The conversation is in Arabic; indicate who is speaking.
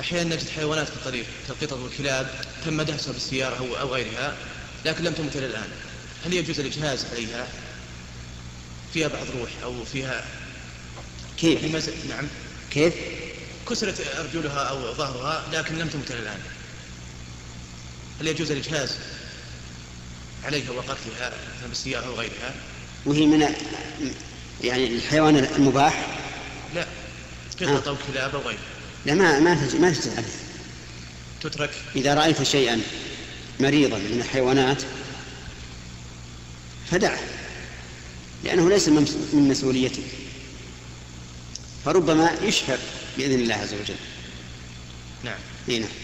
Speaker 1: أحيانا نجد حيوانات في الطريق كالقطط والكلاب تم دهسها بالسيارة أو- أو غيرها لكن لم تمت إلى الآن هل يجوز الإجهاز عليها فيها بعض روح أو فيها في
Speaker 2: كيف؟
Speaker 1: مز- نعم
Speaker 2: كيف؟
Speaker 1: كسرت أرجلها أو ظهرها لكن لم تمت إلى الآن هل يجوز الإجهاز عليها وقتلها مثلا بالسيارة أو غيرها
Speaker 2: وهي من يعني الحيوان المباح
Speaker 1: لا قطط أو كلاب أو غيرها
Speaker 2: لا ما ما تج- ما تجوز عليه
Speaker 1: تترك
Speaker 2: إذا رأيت شيئا مريضا من الحيوانات فدعه لأنه ليس ممس- من مسؤوليتك فربما يشهر بإذن الله عز وجل
Speaker 1: نعم
Speaker 2: أي نعم